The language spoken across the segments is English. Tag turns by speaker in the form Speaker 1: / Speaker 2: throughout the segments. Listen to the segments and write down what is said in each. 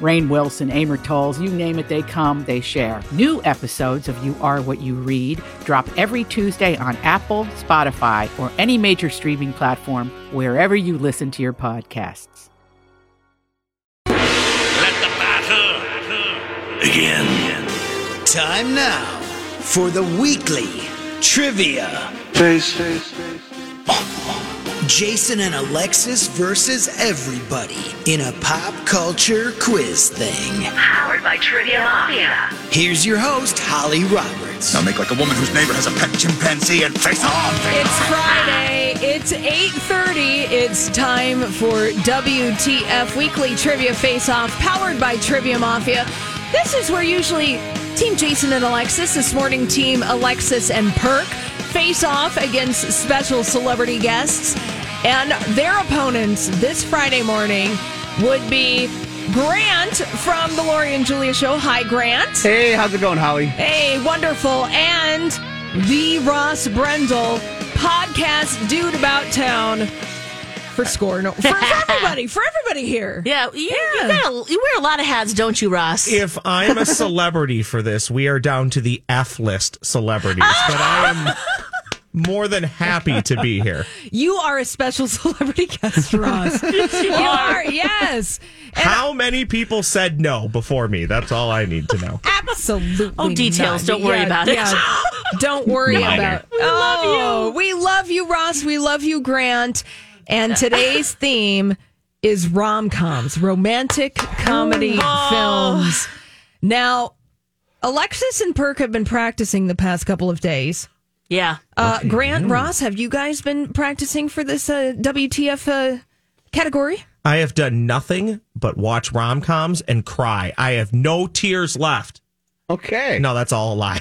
Speaker 1: Rain Wilson, Amor Tolls, you name it, they come, they share. New episodes of You Are What You Read drop every Tuesday on Apple, Spotify, or any major streaming platform wherever you listen to your podcasts.
Speaker 2: Let the battle begin.
Speaker 3: Time now for the weekly trivia. Jason and Alexis versus everybody in a pop culture quiz thing.
Speaker 4: Powered by Trivia Mafia.
Speaker 3: Here's your host, Holly Roberts.
Speaker 2: Now make like a woman whose neighbor has a pet chimpanzee and face on.
Speaker 5: It's Friday. It's 8:30. It's time for WTF Weekly Trivia Face Off powered by Trivia Mafia. This is where usually Team Jason and Alexis, this morning Team Alexis and Perk face off against special celebrity guests and their opponents this Friday morning would be Grant from the Lori and Julia show. Hi Grant.
Speaker 6: Hey, how's it going, Holly?
Speaker 5: Hey, wonderful. And the Ross Brendel podcast dude about town for score. No, for, for everybody, for everybody here.
Speaker 7: Yeah, you,
Speaker 5: Yeah.
Speaker 7: You, got a, you wear a lot of hats, don't you, Ross?
Speaker 8: if I'm a celebrity for this, we are down to the F list celebrities, but I am more than happy to be here.
Speaker 5: You are a special celebrity guest, Ross. you are, yes.
Speaker 8: How many people said no before me? That's all I need to know.
Speaker 5: Absolutely.
Speaker 7: Oh, details.
Speaker 5: not.
Speaker 7: Don't worry
Speaker 5: Yeah,
Speaker 7: about it.
Speaker 5: yeah. Don't worry
Speaker 8: Minor.
Speaker 5: about. We oh, love you. We love you, Ross. We love you, Grant. And today's theme is rom coms, romantic comedy
Speaker 7: Oh.
Speaker 5: films. Now, Alexis and Perk have been practicing the past couple of days.
Speaker 7: yeah.
Speaker 5: Uh, Grant, Ross, have you guys been practicing for this uh, WTF uh, category?
Speaker 8: I have done nothing but watch rom coms and cry. I have no tears left.
Speaker 6: Okay.
Speaker 8: No, that's all a lie.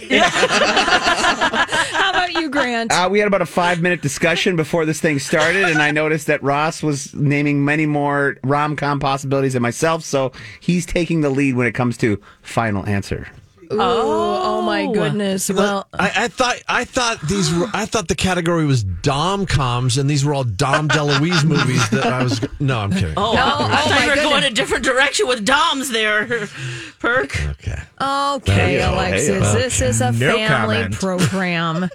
Speaker 5: How about you, Grant?
Speaker 6: Uh, we had about a five minute discussion before this thing started, and I noticed that Ross was naming many more rom com possibilities than myself, so he's taking the lead when it comes to final answer.
Speaker 5: oh, oh my goodness. Well,
Speaker 9: I, I thought I thought these were, I thought the category was dom coms and these were all Dom DeLuise movies that I was no I'm kidding
Speaker 7: Oh, I
Speaker 5: oh
Speaker 7: thought
Speaker 5: my
Speaker 7: you were going
Speaker 5: goodness.
Speaker 7: a different direction with Dom's there, Perk.
Speaker 9: okay
Speaker 5: Okay,
Speaker 9: Hey, oh,
Speaker 5: Alexis,
Speaker 6: uh,
Speaker 9: hey, oh.
Speaker 5: this is a
Speaker 8: No
Speaker 5: family
Speaker 8: comment.
Speaker 5: program.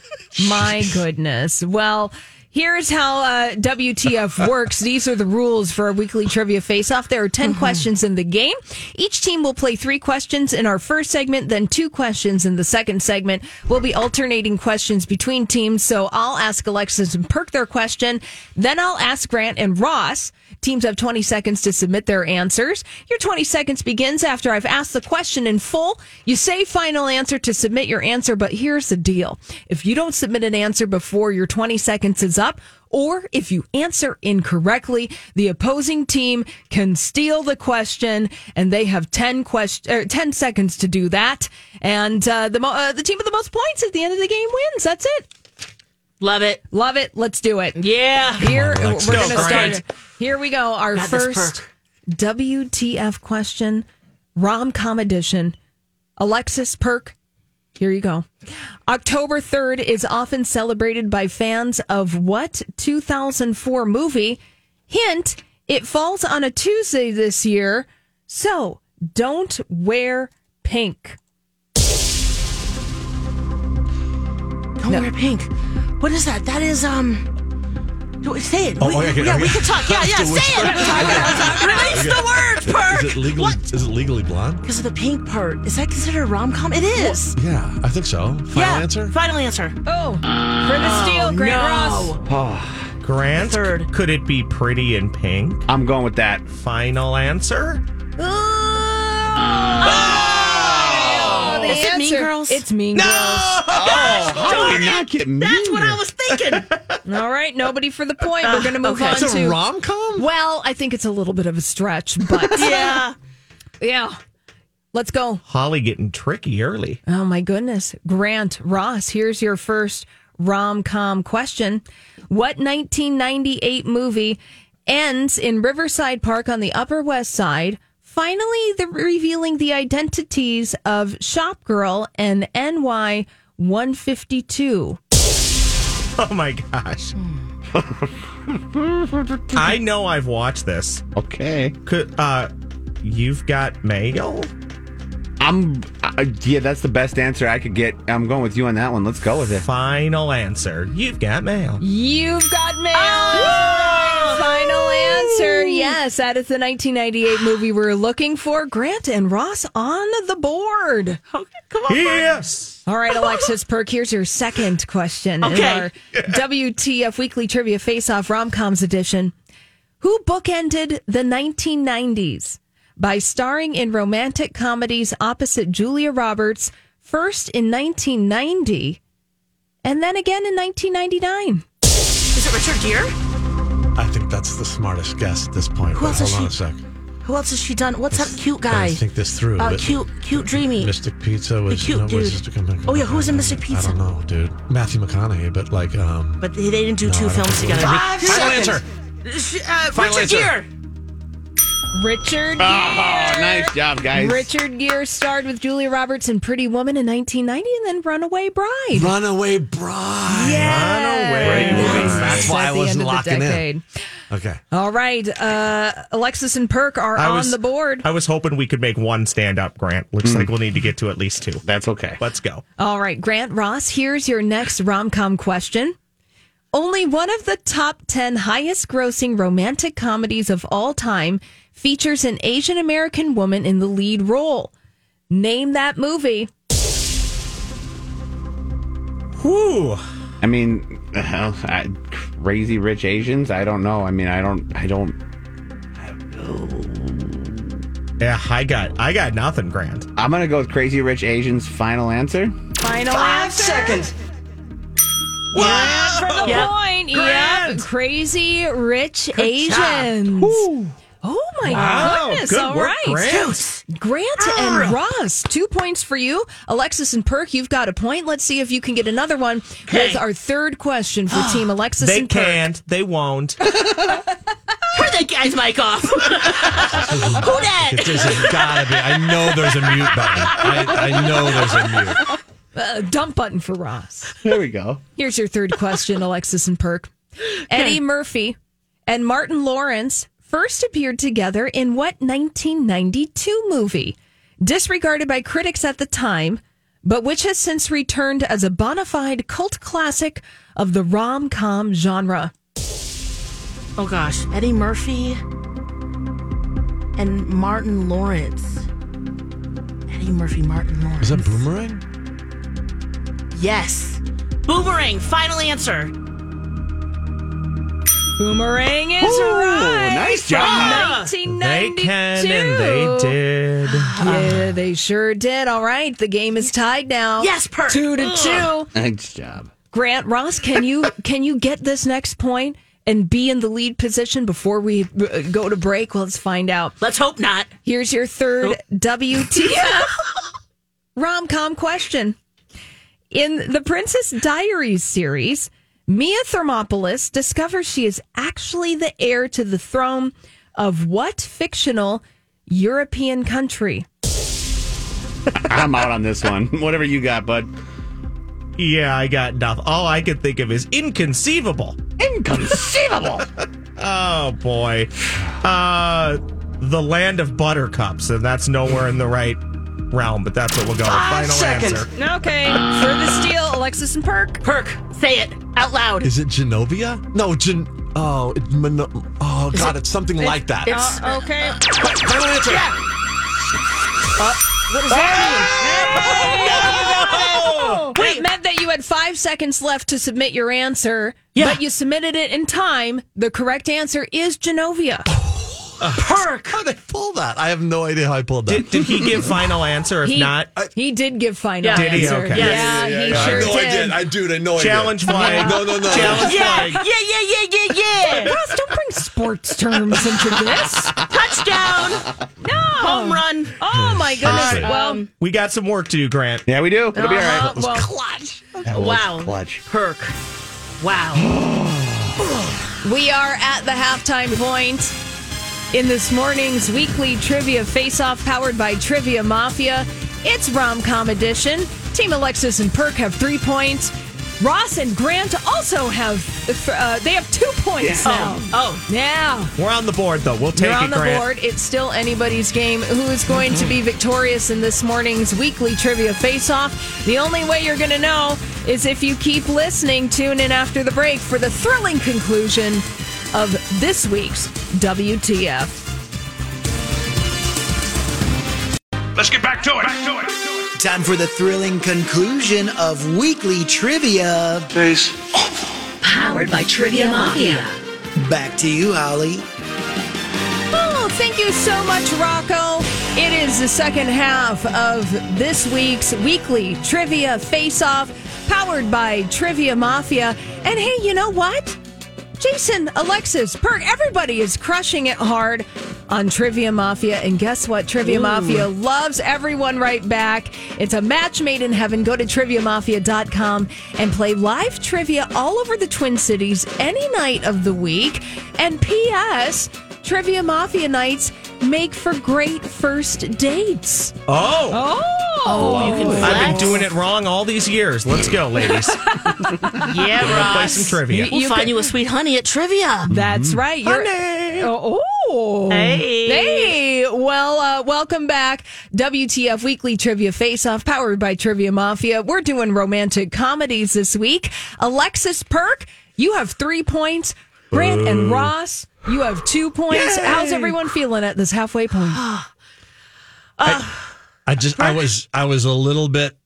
Speaker 5: My goodness. Well, here's how uh, WTF works. These are the rules for our weekly trivia face off. There are 10
Speaker 8: Mm-hmm.
Speaker 5: questions in the game. Each team will play three questions in our first segment, then two questions in the second segment. We'll be alternating questions between teams. So I'll ask Alexis and Perk their question. Then I'll ask Grant and Ross. Teams have 20 seconds to submit their answers. Your 20 seconds begins after I've asked the question in full. You say final answer to submit your answer, but here's the deal. If you don't submit an answer before your 20 seconds is up, or if you answer incorrectly, the opposing team can steal the question and they have 10 question, er, 10 seconds to do that. And uh, the, mo- uh, the team with the most points at the end of the game wins. That's it.
Speaker 7: Love it.
Speaker 5: Love it. Let's do it.
Speaker 7: Yeah.
Speaker 5: Here
Speaker 9: Come on, Lex.
Speaker 5: we're
Speaker 8: Go,
Speaker 5: going to
Speaker 8: Grant.
Speaker 5: start. Here we go. Our
Speaker 7: Got this
Speaker 5: first
Speaker 7: perk.
Speaker 5: WTF question, rom com edition. Alexis Perk. Here you go. October 3rd is often celebrated by fans of what 2004 movie? Hint, it falls on a Tuesday this year. So don't wear pink.
Speaker 7: Don't wear pink. What is that? That is, um. do- Say it.
Speaker 9: Oh,
Speaker 7: we,
Speaker 9: okay, okay,
Speaker 7: yeah, we
Speaker 9: okay.
Speaker 7: can talk. Yeah, yeah,
Speaker 9: That's the
Speaker 7: say it.
Speaker 9: worst.
Speaker 7: Release the word, Perk.
Speaker 9: is it legally
Speaker 7: What?
Speaker 9: is it legally blonde
Speaker 7: Because of the pink part. Is that considered a rom com? It is.
Speaker 9: yeah I think so final
Speaker 7: yeah.
Speaker 9: answer
Speaker 7: Final answer.
Speaker 5: Oh, for the steal, Grant Ross.
Speaker 7: no.
Speaker 8: Grant, third. could it be pretty in pink?
Speaker 6: I'm going with that.
Speaker 8: Final answer?
Speaker 5: Oh, the
Speaker 7: Is it Mean
Speaker 5: answer-
Speaker 7: Girls?
Speaker 5: It's Mean Girls.
Speaker 6: Oh, how did not get me?
Speaker 7: That's what I was thinking.
Speaker 5: All right, nobody for the point. We're going to move
Speaker 7: okay.
Speaker 5: on
Speaker 9: It's
Speaker 5: to
Speaker 9: a rom com?
Speaker 5: Well, I think it's a little bit of a stretch, but
Speaker 7: yeah.
Speaker 5: yeah. Let's go.
Speaker 8: Holly getting tricky early.
Speaker 5: Oh my goodness. Grant Ross, here's your first rom com question. What 1998 movie ends in Riverside Park on the Upper West Side, finally the, revealing the identities of Shopgirl and NY 152?
Speaker 8: Oh my gosh. I know I've watched this.
Speaker 6: Okay.
Speaker 8: Could uh you've got mail?
Speaker 6: I'm. Uh, yeah, that's the best answer I could get. I'm going with you on that one. Let's go with it.
Speaker 8: Final answer. You've got mail.
Speaker 5: You've got mail. Final answer. Yes, that is the 1998 movie we're looking for. Grant and Ross on the board.
Speaker 8: Yes.
Speaker 5: All right, Alexis Perk, here's your second question in
Speaker 7: Okay.
Speaker 5: our WTF Weekly Trivia Face Off Rom Coms edition. Who bookended the 1990s by starring in romantic comedies opposite Julia Roberts, first in 1990 and then again in 1999?
Speaker 7: Is it Richard Gere?
Speaker 9: I think that's the smartest guess at this point.
Speaker 7: Who
Speaker 9: but
Speaker 7: else
Speaker 9: hold
Speaker 7: is
Speaker 9: on
Speaker 7: she-
Speaker 9: a sec.
Speaker 7: Who else has she done? What's that cute guy?
Speaker 9: I think this through.
Speaker 7: Uh,
Speaker 9: but-
Speaker 7: cute, cute, dreamy.
Speaker 9: Mystic Pizza
Speaker 7: The
Speaker 9: was
Speaker 7: cute
Speaker 9: no, was
Speaker 7: dude.
Speaker 9: just a comic-
Speaker 7: Oh, yeah, who was in Mystic
Speaker 9: I
Speaker 7: Pizza?
Speaker 9: don't know, dude. Matthew McConaughey, but like, um,
Speaker 7: But they didn't do
Speaker 9: No, I
Speaker 7: two
Speaker 9: don't
Speaker 7: films
Speaker 9: think it was.
Speaker 7: together.
Speaker 9: Five
Speaker 7: Final
Speaker 9: answer.
Speaker 7: Uh,
Speaker 9: Final
Speaker 7: Richard
Speaker 9: answer.
Speaker 7: Gere.
Speaker 5: Richard
Speaker 6: Oh,
Speaker 5: Gere.
Speaker 6: nice job, guys.
Speaker 5: Richard Gere starred with Julia Roberts in Pretty Woman in 1990 and then Runaway Bride.
Speaker 9: Runaway Bride. Great
Speaker 8: Runaway.
Speaker 9: movie. That's why
Speaker 5: At
Speaker 9: I
Speaker 5: the
Speaker 9: wasn't
Speaker 5: end of the
Speaker 9: locking
Speaker 5: decade.
Speaker 9: in. Okay.
Speaker 5: All right, uh, Alexis and Perk are
Speaker 8: I
Speaker 5: on
Speaker 8: was-
Speaker 5: the board.
Speaker 8: I was hoping we could make one stand up, Grant. Looks like we'll need to get to at least two.
Speaker 6: Hmm. That's okay.
Speaker 8: Let's go.
Speaker 5: All right, Grant Ross, here's your next rom com question. Only one of the top 10 highest grossing romantic comedies of all time features an Asian American woman in the lead role. Name that movie.
Speaker 8: Whew.
Speaker 6: I mean,
Speaker 8: Uh-huh.
Speaker 6: uh, I, crazy rich Asians. I don't know. I mean, I don't. I don't.
Speaker 8: Yeah, I got I got nothing, Grant.
Speaker 6: I'm gonna go with crazy rich Asians. Final answer.
Speaker 5: Final
Speaker 7: Five
Speaker 5: answer.
Speaker 7: seconds.
Speaker 5: For the
Speaker 7: Yep.
Speaker 5: point. Yep. Crazy rich Asians. Oh my
Speaker 8: Wow,
Speaker 5: goodness.
Speaker 8: good
Speaker 5: All
Speaker 8: work,
Speaker 5: right.
Speaker 8: Grant. Ah.
Speaker 5: Grant and Ross, two points for you. Alexis and Perk, you've got a point. Let's see if you can get another one with our third question for Team Alexis
Speaker 8: They
Speaker 5: and Perk.
Speaker 8: can't. They won't.
Speaker 7: Turn that guy's mic off. Who
Speaker 9: It
Speaker 7: that?
Speaker 9: has gotta be. I know there's a mute button. I, I know there's a mute.
Speaker 5: A dump button for Ross.
Speaker 6: There we go.
Speaker 5: Here's your third question, Alexis and Perk. Eddie Murphy and Martin Lawrence first appeared together in what 1992 movie? Disregarded by critics at the time, but which has since returned as a bona fide cult classic of the rom com genre.
Speaker 7: Oh gosh, Eddie Murphy and Martin Lawrence. Eddie Murphy, Martin Lawrence.
Speaker 9: Is that Boomerang?
Speaker 7: Yes. Boomerang. Final answer.
Speaker 5: Boomerang is
Speaker 6: Ooh,
Speaker 5: right.
Speaker 6: nice
Speaker 5: from
Speaker 6: job.
Speaker 5: 1992.
Speaker 8: They can and they did.
Speaker 5: Yeah, they sure did. All right, the game is tied now.
Speaker 7: Yes, Perk.
Speaker 5: two to
Speaker 7: Ugh.
Speaker 5: two.
Speaker 6: Nice job.
Speaker 5: Grant Ross, can you can you get this next point and be in the lead position before we uh, go to break? Well, let's find out.
Speaker 7: Let's hope not.
Speaker 5: Here's your third WTF rom com question. In the Princess Diaries series, Mia Thermopolis discovers she is actually the heir to the throne of what fictional European country?
Speaker 6: I'm out on this one. Whatever you got, bud.
Speaker 8: Yeah, I got nothing. All I could think of is inconceivable.
Speaker 6: Inconceivable.
Speaker 8: Oh boy. Uh the land of buttercups, and that's nowhere in the right realm, but that's what we'll go with. Final answer.
Speaker 5: Okay, for the steal, Alexis and Perk.
Speaker 7: Perk. Say it out loud.
Speaker 9: Is it Genovia? No, Gen. Oh, it, Mono- oh God, it's something like that.
Speaker 7: it's-
Speaker 5: Okay.
Speaker 9: Final answer.
Speaker 7: Uh, What does that mean?
Speaker 5: Wait, it meant Oh, that you had five seconds left to submit your answer,
Speaker 7: Yeah.
Speaker 5: but you submitted it in time. The correct answer is Genovia.
Speaker 9: Perk. How did I pull that? I have no idea how I pulled that.
Speaker 8: Did, did he give final answer? If
Speaker 5: He-
Speaker 8: not,
Speaker 7: Uh,
Speaker 5: He did give final
Speaker 8: Did he?
Speaker 5: answer.
Speaker 8: Okay.
Speaker 5: Yeah, he
Speaker 9: I
Speaker 5: sure
Speaker 9: know I
Speaker 5: did.
Speaker 9: did. I do. I know
Speaker 8: Challenge
Speaker 9: I
Speaker 8: flag.
Speaker 9: did. No, no, no.
Speaker 8: Challenge
Speaker 7: Yeah,
Speaker 8: flag.
Speaker 7: yeah, yeah, yeah, yeah, yeah.
Speaker 5: Ross, don't bring sports terms into this.
Speaker 7: Touchdown. No. Home run.
Speaker 5: Oh my goodness!
Speaker 9: All right.
Speaker 5: Well,
Speaker 8: We got some work to do, Grant. Uh-huh.
Speaker 6: Yeah, we do. It'll be all
Speaker 5: uh,
Speaker 6: right.
Speaker 5: well,
Speaker 7: Clutch.
Speaker 6: That was
Speaker 7: wow.
Speaker 6: clutch.
Speaker 7: Perk. Wow.
Speaker 5: we are at the halftime point in this morning's weekly trivia face-off, powered by Trivia Mafia. It's rom-com edition. Team Alexis and Perk have three points. Ross and Grant also have uh, they have two points now.
Speaker 7: Oh.
Speaker 5: Yeah.
Speaker 8: We're on the board, though. We'll take
Speaker 5: You're on
Speaker 8: it,
Speaker 5: the
Speaker 8: Grant. Mm-hmm.
Speaker 5: board. It's still anybody's game. Who is going to be victorious in this morning's weekly trivia face-off? The only way you're going to know is if you keep listening. Tune in after the break for the thrilling conclusion of this week's WTF.
Speaker 2: Let's get back to it. Back to it.
Speaker 3: Time for the thrilling conclusion of weekly trivia.
Speaker 4: Powered by Trivia Mafia.
Speaker 3: Back to you, Holly.
Speaker 5: Oh, thank you so much, Rocco. It is the second half of this week's weekly trivia face-off, powered by Trivia Mafia. And hey, you know what? Jason, Alexis, Perk, everybody is crushing it hard on Trivia Mafia. And guess what? Trivia Mafia loves everyone right back. It's a match made in heaven. Go to triviamafia.com and play live trivia all over the Twin Cities any night of the week. And P.S. Trivia Mafia nights make for great first dates.
Speaker 8: Oh,
Speaker 5: Oh,
Speaker 7: You
Speaker 8: I've
Speaker 7: can
Speaker 8: been
Speaker 7: flex.
Speaker 8: doing it wrong all these years. Let's go, ladies.
Speaker 7: Yeah,
Speaker 8: We're gonna
Speaker 7: Ross.
Speaker 8: play some trivia.
Speaker 7: We'll
Speaker 5: You
Speaker 7: find
Speaker 5: can-
Speaker 7: you a sweet honey at trivia.
Speaker 5: That's right. You're, Oh, oh.
Speaker 7: Hey.
Speaker 5: Hey. Well, uh, welcome back. WTF Weekly Trivia Face Off, powered by Trivia Mafia. We're doing romantic comedies this week. Alexis Perk, you have three points. Grant and Ross, you have two points. How's everyone feeling at this halfway point?
Speaker 9: I just, I was, I was a little bit,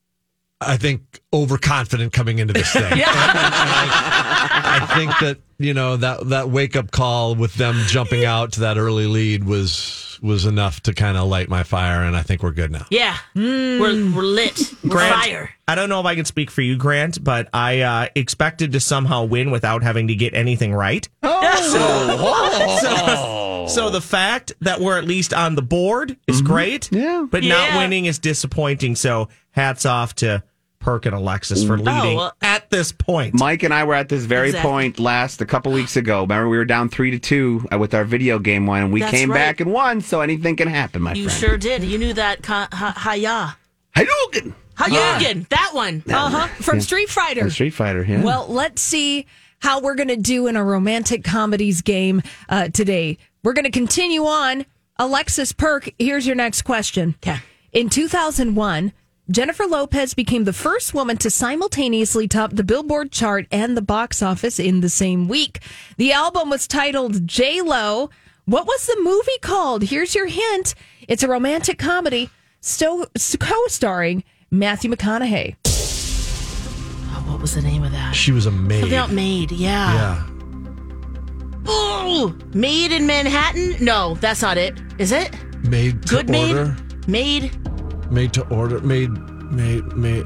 Speaker 9: I think, overconfident coming into this thing. yeah. I, I think that you know that that wake up call with them jumping out to that early lead was was enough to kind of light my fire, and I think we're good now.
Speaker 7: Yeah. We're, we're lit. We're
Speaker 8: Grant,
Speaker 7: fire.
Speaker 8: I don't know if I can speak for you, Grant, but I uh, expected to somehow win without having to get anything right. Oh. So, so the fact that we're at least on the board is great.
Speaker 6: Yeah.
Speaker 8: But
Speaker 7: Yeah.
Speaker 8: not winning is disappointing. So hats off to Perk and Alexis for leading
Speaker 7: well-
Speaker 8: at this point.
Speaker 6: Mike and I were at this very
Speaker 7: Exactly.
Speaker 6: point last a couple weeks ago. Remember, we were down three to two uh, with our video game one, and we
Speaker 7: That's
Speaker 6: came
Speaker 7: right.
Speaker 6: back and won. So anything can happen, my
Speaker 7: You
Speaker 6: friend.
Speaker 7: sure did. You knew that. Ka- ha- Haya.
Speaker 6: Hey, Logan!
Speaker 7: Hayugen. That one.
Speaker 5: Uh huh. From Street Fighter.
Speaker 6: Street Fighter, yeah.
Speaker 5: Well, let's see how we're going to do in a romantic comedies game uh, today. We're going to continue on. Alexis Perk, here's your next question.
Speaker 7: Okay.
Speaker 5: In 2001, Jennifer Lopez became the first woman to simultaneously top the Billboard chart and the box office in the same week. The album was titled J Lo. What was the movie called? Here's your hint. It's a romantic comedy, so co-starring Matthew McConaughey.
Speaker 7: Oh, what was the name of that?
Speaker 9: She was a maid.
Speaker 7: Something about Maid. Yeah.
Speaker 9: Yeah.
Speaker 7: Oh, Maid in Manhattan? No, that's not it. Is it?
Speaker 9: Made to
Speaker 7: Good Maid?
Speaker 9: order.
Speaker 7: Maid?
Speaker 9: Made to order. Made. Made. Made.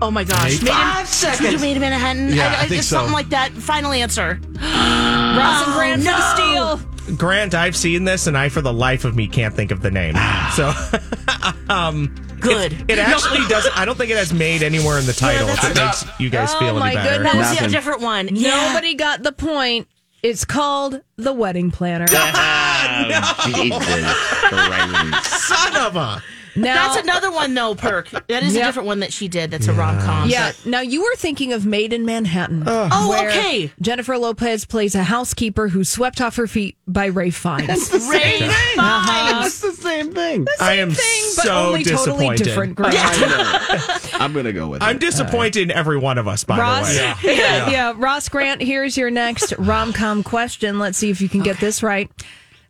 Speaker 7: Oh my
Speaker 9: Maid?
Speaker 7: gosh. Maid in-
Speaker 9: Five
Speaker 7: Should we do Maid in Manhattan?
Speaker 9: Yeah, I think
Speaker 7: it's
Speaker 9: so.
Speaker 7: Something like that. Final answer.
Speaker 5: Ross and Grant for the steal.
Speaker 8: Grant, I've seen this and I, for the life of me, can't think of the name. So um,
Speaker 7: Good.
Speaker 8: it actually doesn't, I don't think it has made anywhere in the title if it makes you guys
Speaker 5: Oh
Speaker 8: feel any
Speaker 5: my
Speaker 8: better.
Speaker 5: goodness.
Speaker 7: That was
Speaker 6: Nothing.
Speaker 7: a different one.
Speaker 5: Nobody got the point. It's called the wedding planner.
Speaker 6: Oh, Jesus Christ.
Speaker 8: Son of a.
Speaker 5: Now,
Speaker 7: That's another one though, Perk. That is
Speaker 5: Yeah.
Speaker 7: a different one that she did. That's a rom com.
Speaker 5: yeah. Now you were thinking of Made in Manhattan.
Speaker 7: Oh,
Speaker 5: where
Speaker 7: okay.
Speaker 5: Jennifer Lopez plays a housekeeper who's swept off her feet by Ray Fiennes.
Speaker 7: Ray
Speaker 5: Uh-huh.
Speaker 6: It's the same thing.
Speaker 8: I am
Speaker 5: Thing, but
Speaker 8: so
Speaker 5: only
Speaker 8: disappointed.
Speaker 5: totally different. Grant.
Speaker 6: I'm going to go with
Speaker 8: I'm
Speaker 6: it.
Speaker 8: disappointed in every one of us, by
Speaker 5: Ross,
Speaker 8: the way.
Speaker 5: yeah. yeah, Ross Grant. Here's your next rom com question. Let's see if you can get this right.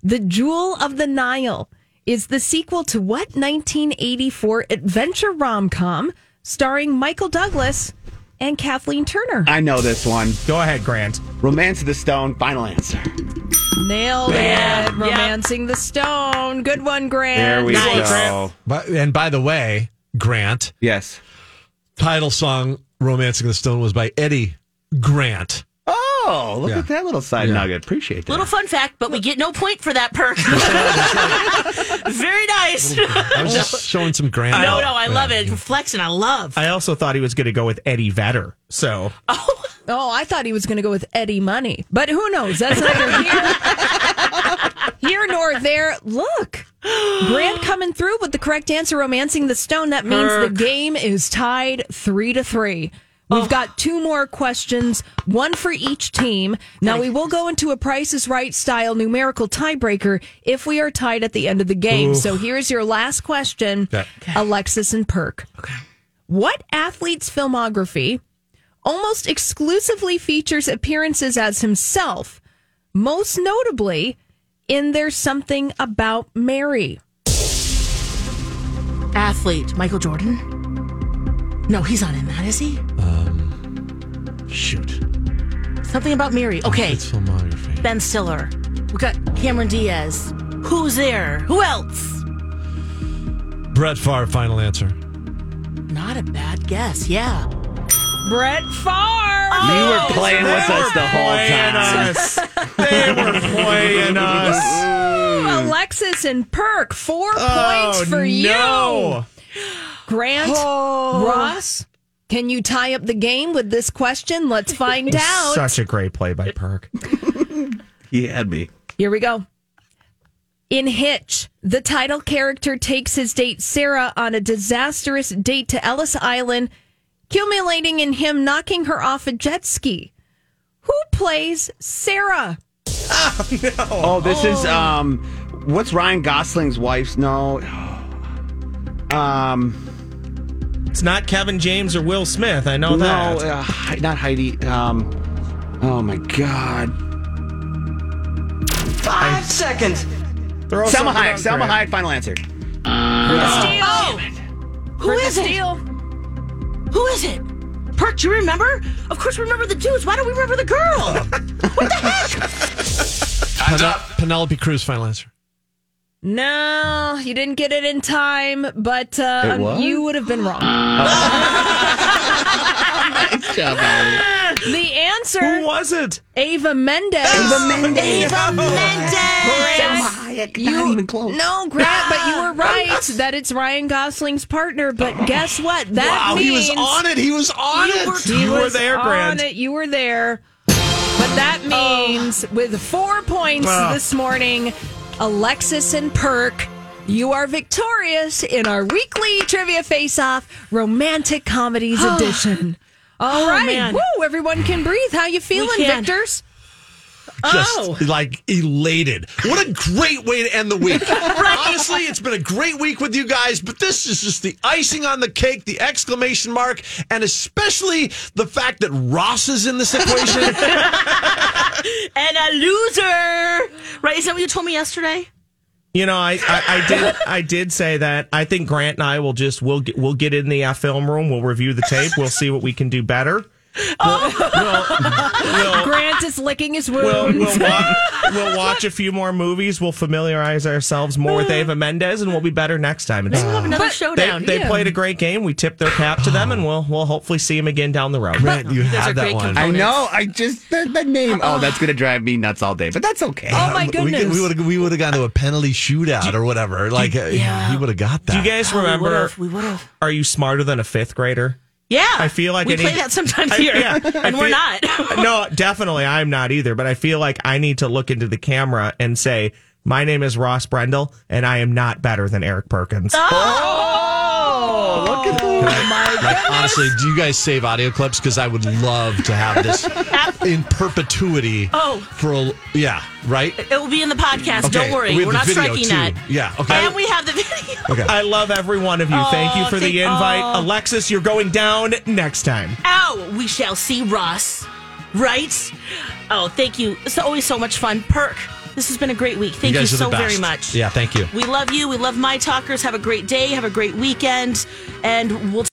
Speaker 5: The Jewel of the Nile is the sequel to what 1984 adventure rom com starring Michael Douglas and Kathleen Turner?
Speaker 6: I know this one.
Speaker 8: Go ahead, Grant.
Speaker 6: Romance of the Stone, final answer.
Speaker 5: Nailed it. Romancing the Stone. Good one, Grant.
Speaker 6: There we go.
Speaker 9: But, and by the way, Grant,
Speaker 6: Yes.
Speaker 9: title song "Romancing the Stone" was by Eddie Grant.
Speaker 6: Oh, look
Speaker 9: Yeah.
Speaker 6: at that little side
Speaker 9: Yeah.
Speaker 6: nugget. Appreciate that.
Speaker 7: Little fun fact, but we get no point for that perk. Very nice.
Speaker 9: I was just showing some Grant.
Speaker 7: No,
Speaker 9: love.
Speaker 7: Oh, no, I love
Speaker 9: Yeah.
Speaker 7: it. Flexing, I love.
Speaker 8: I also thought he was going to go with Eddie Vedder. So
Speaker 5: Oh, I thought he was going to go with Eddie Money, but who knows? That's neither here, here nor there. Look, Grant coming through with the correct answer, romancing the stone. That means the game is tied three to three. We've got two more questions, one for each team. Now we will go into a Price is Right style numerical tiebreaker if we are tied at the end of the game. So here's your last question,
Speaker 9: Okay.
Speaker 5: Alexis and Perk. What athlete's filmography almost exclusively features appearances as himself, most notably in There's Something About Mary.
Speaker 7: Athlete, Michael Jordan. No, he's not in that, is he?
Speaker 9: Um, Shoot,
Speaker 7: Something about Mary. Okay,
Speaker 9: it's filmography.
Speaker 7: Ben Stiller. We got Cameron Diaz. Who's there? Who else?
Speaker 9: Brett Favre, final answer.
Speaker 7: Not a bad guess. Yeah.
Speaker 5: Brett Favre.
Speaker 6: you were playing
Speaker 8: They
Speaker 6: with us
Speaker 8: were
Speaker 6: the whole
Speaker 8: playing
Speaker 6: time.
Speaker 8: us. they were playing us.
Speaker 5: Oh, Alexis and Perk, four points for you.
Speaker 8: no.
Speaker 5: Grant, Ross, can you tie up the game with this question? Let's find out.
Speaker 8: Such a great play by Perk.
Speaker 6: He had me.
Speaker 5: Here we go. In Hitch, the title character takes his date Sarah on a disastrous date to Ellis Island, culminating in him knocking her off a jet ski. Who plays Sarah?
Speaker 6: Oh, this is um, what's Ryan Gosling's wife's? No, um,
Speaker 8: It's not Kevin James or Will Smith. I know
Speaker 6: no,
Speaker 8: that.
Speaker 6: uh, Hei- not Heidi. Um, oh my God,
Speaker 2: Five seconds.
Speaker 8: Throw
Speaker 6: Selma
Speaker 8: something
Speaker 6: Hayek.
Speaker 8: out,
Speaker 6: Selma
Speaker 8: Grant.
Speaker 6: Hayek. Final answer.
Speaker 7: Who is it?
Speaker 5: Steele.
Speaker 7: Who is it? Perk, do you remember? Of course, we remember the dudes. Why don't we remember the girl?
Speaker 9: Pene- Penelope Cruz, final answer.
Speaker 5: No, you didn't get it in time, but
Speaker 6: It
Speaker 5: uh,
Speaker 6: was?
Speaker 5: you would have been wrong.
Speaker 6: Good job, Holly.
Speaker 5: The
Speaker 8: Who
Speaker 5: answer,
Speaker 8: was it?
Speaker 5: Ava Mendes.
Speaker 8: Ava
Speaker 6: Hayek. not even close.
Speaker 5: No, Grant, but you were right that it's Ryan Gosling's partner. But guess what? That
Speaker 9: Wow, he
Speaker 5: means
Speaker 9: was on it. He was on it.
Speaker 8: You were there,
Speaker 5: on
Speaker 8: Grant.
Speaker 5: it. You were there. But that
Speaker 7: Oh.
Speaker 5: means with four points
Speaker 8: Ah.
Speaker 5: this morning, Alexis and Perk, you are victorious in our weekly trivia face-off, romantic comedies edition. All
Speaker 7: Oh,
Speaker 5: right,
Speaker 7: man.
Speaker 5: woo! Everyone can breathe. How you feeling,
Speaker 7: can.
Speaker 5: Victors?
Speaker 9: just
Speaker 7: Oh.
Speaker 9: like elated. What a great way to end the week. Honestly, it's been a great week with you guys, but this is just the icing on the cake, the exclamation mark, and especially the fact that Ross is in this equation.
Speaker 7: and a loser. Right? Is that what you told me yesterday?
Speaker 8: You know, I, I, I did I did say that. I think Grant and I will just we'll get, we'll get in the uh, film room. We'll review the tape. We'll see what we can do better.
Speaker 5: Grant is licking his
Speaker 8: We'll
Speaker 5: wounds.
Speaker 8: we'll watch, we'll watch a few more movies. We'll familiarize ourselves more with Ava Mendez, and we'll be better next time. It's-
Speaker 7: Another
Speaker 5: But-
Speaker 8: they,
Speaker 7: showdown.
Speaker 8: they
Speaker 5: yeah.
Speaker 8: played a great game. We tipped their cap to them, and we'll we'll hopefully see him again down the road.
Speaker 9: Grant, you
Speaker 7: are
Speaker 9: had that
Speaker 7: great
Speaker 9: one.
Speaker 6: I
Speaker 7: components.
Speaker 6: know. I just that, that name. Oh, that's gonna drive me nuts all day. But that's okay.
Speaker 5: oh my goodness!
Speaker 9: We, would have we would have gone to a penalty shootout or whatever. Like uh, he would have got that.
Speaker 8: Do you guys
Speaker 7: Oh, we
Speaker 8: remember?
Speaker 7: would've, we would've.
Speaker 8: Are you smarter than a fifth grader?
Speaker 7: Yeah.
Speaker 8: I feel like
Speaker 7: we
Speaker 8: I
Speaker 7: play
Speaker 8: need-
Speaker 7: that sometimes
Speaker 8: I-
Speaker 7: here,
Speaker 8: yeah, I
Speaker 7: and we're
Speaker 8: feel-
Speaker 7: not.
Speaker 8: no, definitely I'm not either, but I feel like I need to look into the camera and say, my name is Ross Brendel, and I am not better than Eric Perkins.
Speaker 6: Oh, look at that.
Speaker 9: Like, honestly, do you guys save audio clips? Because I would love to have this in perpetuity.
Speaker 7: Oh.
Speaker 9: for a, yeah, right.
Speaker 7: It will be in the podcast.
Speaker 9: Okay,
Speaker 7: Don't worry.
Speaker 9: we have
Speaker 7: are
Speaker 9: the
Speaker 7: not
Speaker 9: video,
Speaker 7: striking
Speaker 9: too.
Speaker 7: that.
Speaker 9: Yeah, okay.
Speaker 7: And we have the video.
Speaker 9: Okay.
Speaker 8: I love every one of you. Thank you
Speaker 7: Oh,
Speaker 8: for
Speaker 7: thank-
Speaker 8: the invite.
Speaker 7: oh.
Speaker 8: Alexis, you're going down next time.
Speaker 7: Ow! We Oh, shall see Ross. Right? Oh, thank you. It's always so much fun. Perk, This has been a great week. Thank you,
Speaker 9: guys are
Speaker 7: so
Speaker 9: the best.
Speaker 7: very much.
Speaker 9: Yeah, thank you.
Speaker 7: We love you. We love my talkers. Have a great day. Have a great weekend. And we'll